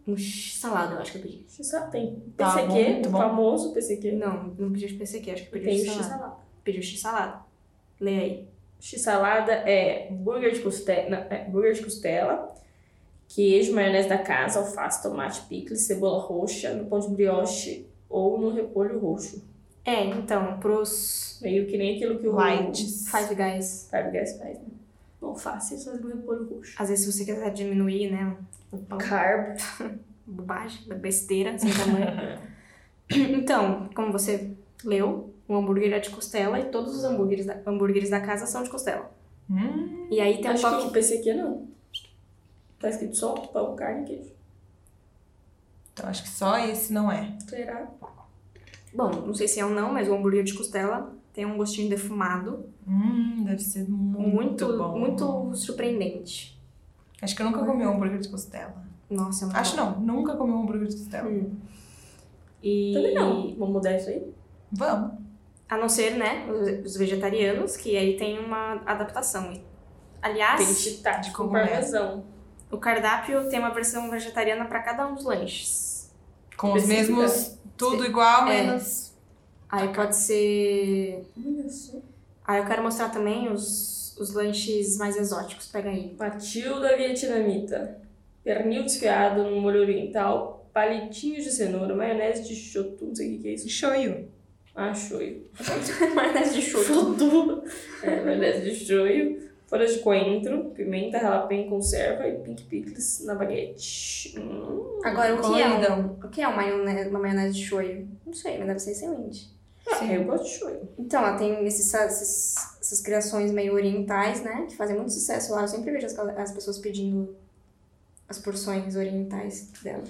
um x- salada, eu acho que eu pedi.
Você só tem
Tá bom,
PCQ,
muito
o
bom.
famoso PCQ.
Não, não pedi o PCQ, acho que eu
E
pedi o
tem o
x-salada.
x-salada.
Pedi o x-salada. Lê aí.
X-salada é hambúrguer de costela, não, é hambúrguer de costela, queijo, maionese da casa, alface, tomate, picles, cebola roxa, no pão de brioche ou no repolho roxo.
É, então, pros
Meio que nem aquilo que o
Lights.
Five Guys,
Five Guys faz, né? Bom, fácil, só no repolho roxo.
às vezes se você quiser diminuir, né, o pão,
Carb.
bobagem, besteira, sem tamanho. então, como você leu, o hambúrguer é de costela e todos os hambúrgueres da, hambúrgueres da casa são de costela.
Hum,
E aí tem um
Acho que
toque...
o PCQ não. Tá escrito só pão, carne e queijo.
então acho que só esse não é.
Será?
Bom, não sei se é ou não, mas o hambúrguer de costela tem um gostinho defumado.
Hum, deve ser muito,
muito,
bom.
muito surpreendente.
Acho que eu nunca comi um hambúrguer de costela.
Nossa, é muito
Acho não, nunca comi um hambúrguer de costela.
Hum. E...
Também não. Vamos mudar isso aí?
Vamos.
A não ser, né, os- os vegetarianos, que aí tem uma adaptação. E, Aliás,
Tem shiitake
de
com
cogumelo.
parmesão.
o cardápio tem uma versão vegetariana para cada um dos lanches.
Com os
Específica.
mesmos, tudo igual,
É.
menos.
Aí pode ser...
Olha só.
Ah, eu quero mostrar também os, os lanches mais exóticos. Pega aí.
Matilda vietnamita. Pernil desfiado no molho oriental. Palitinhos de cenoura. Maionese de chotu. Não sei o que que é isso.
Shoyu.
Ah, shoyu.
Maionese de chuva.
Chotu. É, maionese de shoyu. Folhas de coentro. Pimenta, jalapeno em conserva. E pink pickles na baguete. Hum.
Agora, o que, é
Coloridão.
um, o que é uma maionese, uma maionese de shoyu? Não sei, mas deve ser excelente.
Ah, eu gosto de shoyu.
Então, ela tem esses, essas, essas criações meio orientais, né? Que fazem muito sucesso lá. Eu sempre vejo as, gal- as pessoas pedindo as porções orientais dela.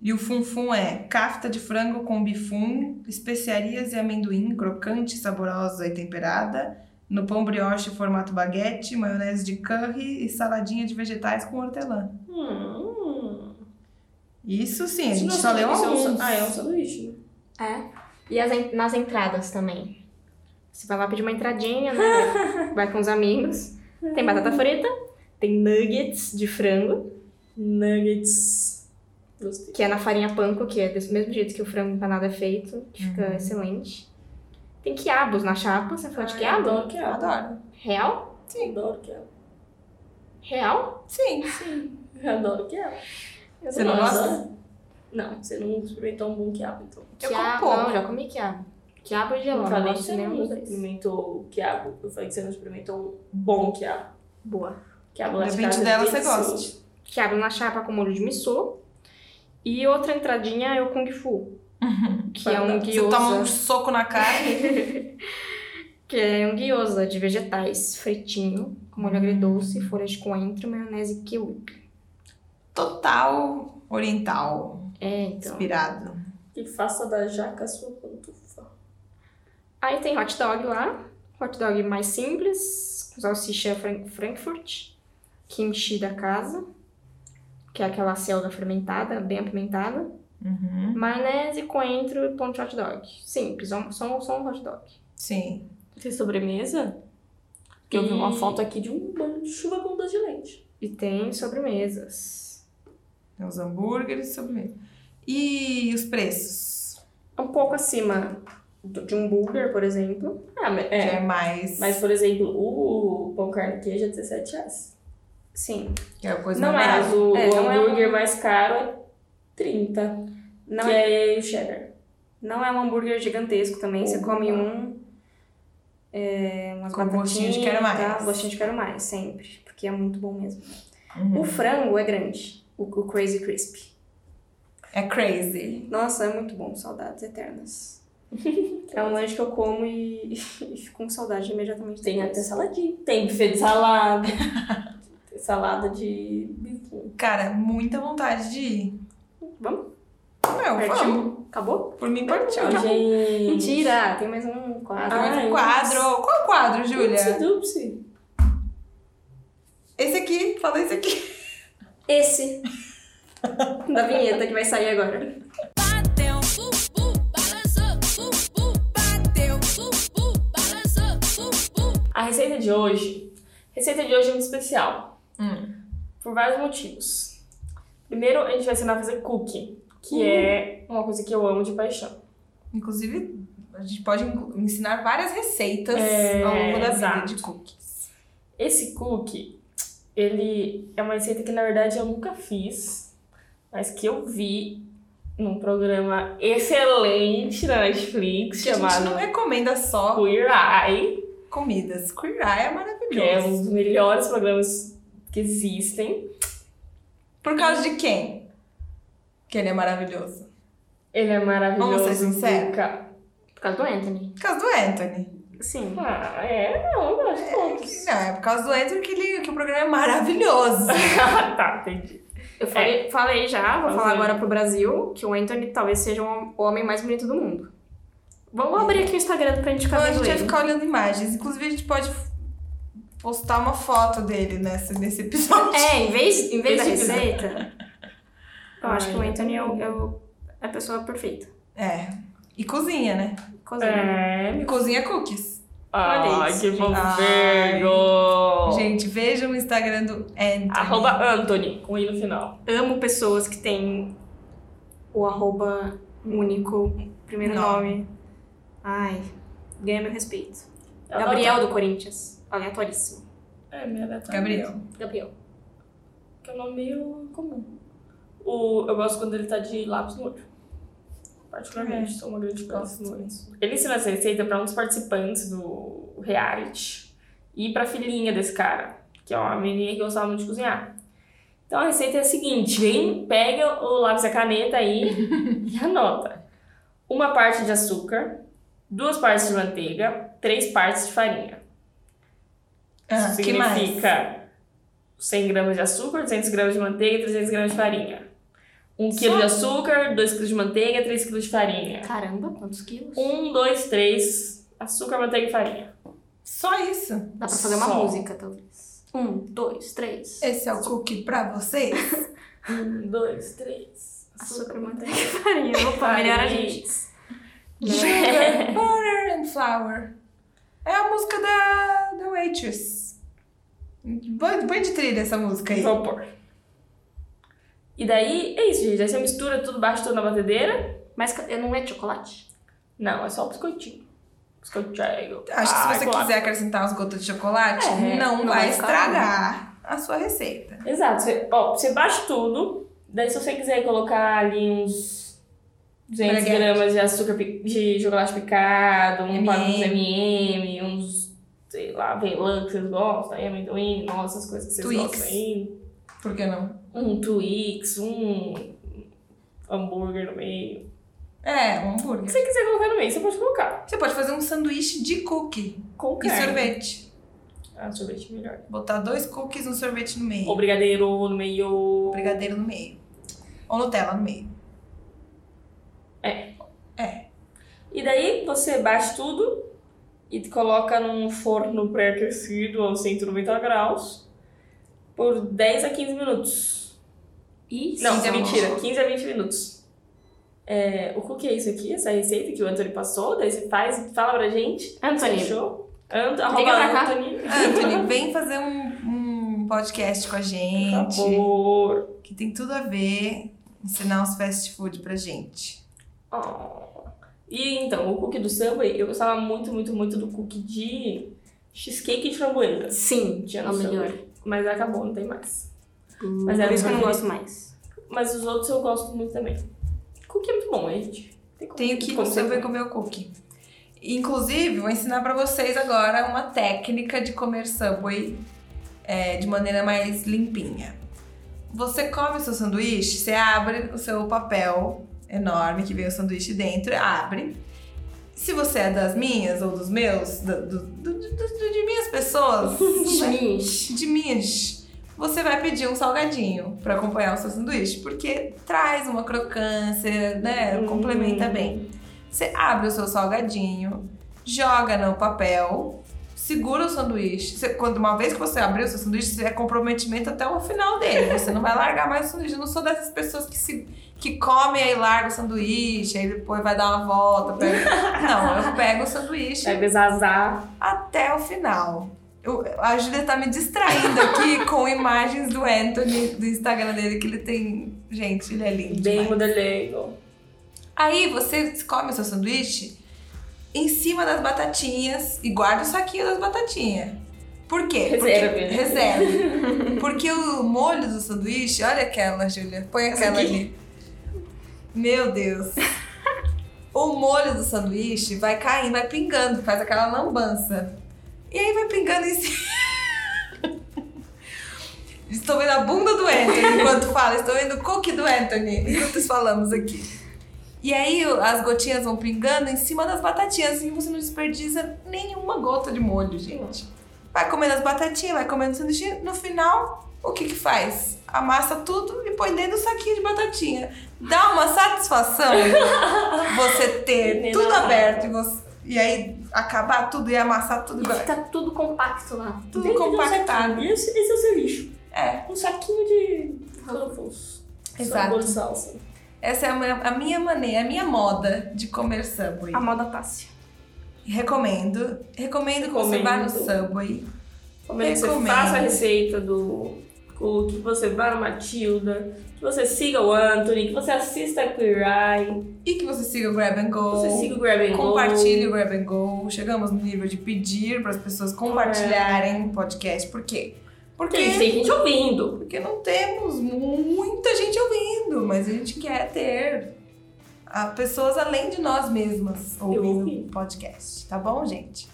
E o funfum é kafta de frango com bifum, especiarias e amendoim, crocante, saborosa e temperada, no pão brioche formato baguete, maionese de curry e saladinha de vegetais com hortelã.
Hum.
Isso sim, a
Isso
gente
não é
só leu
sanduíche, é um sa-
alguns.
Ah, é um sanduíche, né?
É. E as en- nas entradas também. Você vai lá pedir uma entradinha, né? vai com os amigos. Tem batata frita, tem nuggets de frango,
Nuggets. Gostei.
que é na farinha panko, que é do mesmo jeito que o frango empanado é feito, que fica excelente. Tem quiabos na chapa, você
Ah, é.
falou de
Ai, eu
quiabo?
Adoro quiabo.
Adoro.
Real?
Adoro quiabo.
Real?
Sim.
Eu adoro quiabo.
Eu
Você não
gosto.
gosta?
Não, você não experimentou um bom quiabo, então.
Eu
Quiabo-
como pouco.
Não, já comi quiabo. Quiabo é e
eu né?
gelão.
falei
Não
que
gosto
você
de nenhum
não
é
dos dois.
experimentou quiabo. Eu falei que você não experimentou um bom quiabo.
Boa.
Quiabo lá de
Depende
casa é
dela, você
delicioso.
gosta.
Quiabo na chapa com molho de miso. E outra entradinha é o kung fu. Que é um
Você toma um
gyoza.
soco na cara.
Que é um gyoza de vegetais, fritinho, com molho agridoce, folhas de coentro, maionese e kiwi.
Total oriental,
É, então.
inspirado.
Que faça da jaca a sua pantufa.
Aí tem hot dog lá. Hot dog mais simples, com salsicha fran- Frankfurt, kimchi da casa, que é aquela selga fermentada, bem apimentada.
Uhum.
Maionese, coentro e pão de hot dog. Simples, só, só, só um hot dog.
Sim.
Tem sobremesa? Porque eu vi uma foto aqui de um banho de chuva com doce de leite.
E tem sobremesas.
Tem é os hambúrgueres e sobremesa. E os preços?
Um pouco acima do- de um burger, por exemplo.
Ah, mas,
Que é
é.
mais.
Mas, por exemplo, o pão carne e queijo é 17 reais.
Sim.
Que é a coisa
Não
mais
é
barata.
Mas o,
É,
o
não é um-
hambúrguer mais caro é 30.
Não,
que
é,
é o cheddar.
não é um hambúrguer gigantesco também. Você come um. É, umas
Com gostinho de quero
batatinhas,
mais.
tá? Gostinho de quero mais, sempre. Porque é muito bom mesmo.
Uhum.
O frango é grande. O, o Crazy Crispy.
É crazy.
Nossa, é muito bom. Saudades eternas. é um lanche que eu como e, e fico com saudade imediatamente.
Tem até
depois.
saladinho. Tem buffet de salada. Tem salada de biquinho.
Cara, muita vontade de ir.
Vamos?
Meu, vamos.
Partiu? Acabou?
Por mim partiu.
Tchau, Então, gente.
Mentira, tem mais um quadro.
Ah,
Mas
Ai,
o quadro. Qual quadro,
Dupsi,
Júlia?
dupsi.
Esse aqui, fala esse aqui.
Esse. da vinheta que vai sair agora.
A receita de hoje. Receita de hoje é muito especial.
Hum.
Por vários motivos. Primeiro, a gente vai ensinar a fazer cookie, que
Uhum.
é uma coisa que eu amo de paixão.
Inclusive, a gente pode inclu- ensinar várias receitas
É,
ao longo da vida
exato.
de cookies.
Esse cookie, ele é uma receita que na verdade eu nunca fiz, mas que eu vi num programa excelente na Netflix
Que a gente não é,
chamado
recomenda só
Queer Eye.
comidas. Queer Eye é maravilhoso.
que é um dos melhores programas que existem.
Por causa de quem? Que ele é maravilhoso.
Ele é maravilhoso.
Vamos ser sinceros?
Luca.
Por causa do Anthony.
Por causa do Anthony.
Sim.
Ah, é, não, eu gosto de todos.
Não, é por causa do Anthony que, ele, que o programa é maravilhoso.
Ah, tá, entendi.
Eu falei, É. falei já, vou
Fala
falar
aí.
agora pro Brasil que o Anthony talvez seja o homem mais bonito do mundo. Vamos abrir aqui o Instagram pra gente
Então
ficar
a
Tá vendo
gente vai
ele.
ficar olhando imagens. Inclusive, a gente pode postar uma foto dele nesse, nesse episódio.
É, em vez, em vez da
Esse episódio.
receita, eu acho que o
Ai,
Anthony é, o- é o- é a pessoa perfeita.
É. E cozinha, né?
Cozinha.
É.
E cozinha cookies.
Olha
Ai,
isso,
que
gente.
fofinho.
Gente, vejam o Instagram do Anthony.
Arroba Anthony, com i no final.
Amo pessoas que têm o arroba único, primeiro
Nome.
nome. Ai, ganha meu respeito.
Eu
Gabriel do Corinthians. Aleatoríssimo.
adoro- É, minha aleatória.
Gabriel.
Gabriel.
Que é um nome meio comum. O, eu gosto quando ele tá de lápis no olho. Particularmente, sou uma grande fã desse
Gosto.
nome. Ele ensinou essa receita pra um dos participantes do reality e pra filhinha desse cara, que é uma menina que gostava muito de cozinhar. Então a receita é a seguinte: vem, pega o lápis e a caneta aí e anota. Uma parte de açúcar, duas partes de manteiga, três partes de farinha.
Ah, que mais?
Significa 100 gramas de açúcar, 200 gramas de manteiga e 300 gramas de farinha. 1 quilo de açúcar, 2 quilos de manteiga, 3 quilos de farinha.
Caramba, quantos quilos?
1, 2, 3, açúcar, manteiga e farinha.
Só isso.
Dá pra fazer uma
Só.
música, talvez. Um, dois, três.
Esse é o cookie pra vocês?
1, 2, 3,
Açúcar, manteiga e farinha. Opa, melhor a gente.
Sugar, butter and flour. É a música da, da Waitress. Põe põe de trilha essa música aí.
Vou pôr. E daí, é isso, gente. Aí você mistura tudo, bate tudo na batedeira.
Mas ca- não é de chocolate?
Não, é só o biscoitinho. Biscoitinho.
Acho que
Ah,
se você
claro.
quiser acrescentar umas gotas de chocolate,
É,
não,
não
vai
vai ficar
estragar a sua receita.
Exato. Você, ó, você bate tudo. Daí se você quiser colocar ali uns 200
Braguete.
gramas de açúcar, pi- de chocolate picado, um
M&M.
par- uns M&M, uns, sei lá, velã que vocês gostam, aí amendoim, nossa, as coisas que vocês
Twix.
gostam aí.
Por que não?
Um Twix, um hambúrguer no meio.
É, um
O que
hambúrguer.
você quiser colocar no meio, você pode colocar.
Você pode fazer um sanduíche de cookie
Com
e
carne.
sorvete.
Ah, sorvete melhor.
Botar dois cookies e um sorvete no meio.
Ou brigadeiro no meio.
Brigadeiro no meio. Ou Nutella no meio.
É.
É.
E daí você bate tudo e coloca num forno pré-aquecido a 190 graus por 10 a 15 minutos.
E
Não,
Sim, tá
mentira,
bom.
15 a 20 minutos. É, o que é isso aqui? Essa receita que o Anthony passou? Daí você faz, fala pra gente.
Anthony.
Você achou? Ant
Liga
arroba
pra cá.
Anthony.
Anthony, vem fazer um, um podcast com a gente.
Por favor.
que tem tudo a ver ensinar os fast food pra gente.
Oh. E então, o cookie do Subway, eu gostava muito, muito, muito do cookie de cheesecake de framboesa.
Sim,
Tinha
é
no
o melhor.
Mas acabou, não tem mais.
Hum.
Mas
era
é por isso que eu não
preferido.
gosto mais.
Mas os outros eu gosto muito também. Cookie é muito bom, né, gente? Tem como-
Tenho que
como um é.
você vai
sempre.
comer o cookie. Inclusive, vou ensinar pra vocês agora uma técnica de comer Subway é, de maneira mais limpinha. Você come o seu sanduíche, você abre o seu papel enorme que vem o sanduíche dentro, abre. Se você é das minhas ou dos meus, do- do- do- do- do- de minhas pessoas, né?
Schmish.
de Minas, você vai pedir um salgadinho pra acompanhar o seu sanduíche, porque traz uma crocância, né? Complementa bem. Você abre o seu salgadinho, joga no papel, segura o sanduíche. Você- quando uma vez que você abriu o seu sanduíche, você é comprometimento até o final dele. Você não vai largar mais o sanduíche. Eu não sou dessas pessoas que se que come aí larga o sanduíche, aí depois vai dar uma volta. pega- Não, eu pego o sanduíche
É.
Vai desazar.
até o final. Eu- a Júlia tá me distraindo aqui com imagens do Anthony, do Instagram dele, que ele tem. Gente, ele é lindo.
Bem
demais.
modelego.
Aí você come o seu sanduíche em cima das batatinhas e guarda o saquinho das batatinhas. Por quê?
Reserve,
Porque,
né?
Reserve. Porque o molho do sanduíche, olha aquela, Júlia. Põe aquela ali. Meu Deus. O molho do sanduíche vai caindo, vai pingando, faz aquela lambança. E aí vai pingando em cima. Estou vendo a bunda do Anthony enquanto fala, estou vendo o cookie do Anthony enquanto falamos aqui. E aí o- as gotinhas vão pingando em cima das batatinhas e você não desperdiça nenhuma gota de molho, gente. Vai comendo as batatinhas, vai comendo o sanduíche. No final, o que que faz? Amassa tudo e põe dentro do saquinho de batatinha. Dá uma satisfação você ter
Menina.
tudo aberto e, você- e aí acabar tudo e amassar tudo
E
igual.
fica tudo compacto lá.
Tudo
Dentro de um
compactado.
saquinho. Esse, esse é o seu lixo.
É,
Um saquinho de ruffles.
Exato.
Sabor de salsa.
essa é a minha, a minha maneira, a minha moda de comer Subway.
A moda Tássia.
Recomendo. Recomendo que você vá no
Recomendo.
Subway.
Como é que você
Recomendo.
faça a receita do cu, que você vá no Matilda, que você siga o Anthony, que você assista a Queer Eye,
E que você siga o Grab and Go.
que você siga o Grab and Go.
Compartilhe o Grab and Go. Chegamos no nível de pedir para as pessoas compartilharem o podcast. Por quê? Porque,
Gente, É. tem gente ouvindo.
porque não temos muita gente ouvindo, mas a gente quer ter a- pessoas além de nós mesmas ouvindo
ouvi.
o podcast, tá bom, gente?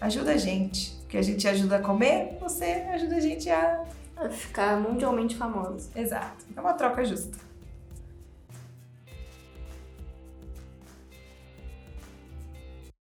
Ajuda a gente, porque a gente ajuda a comer, você ajuda a gente a.
Vai Ficar mundialmente famosa.
Exato, é uma troca justa.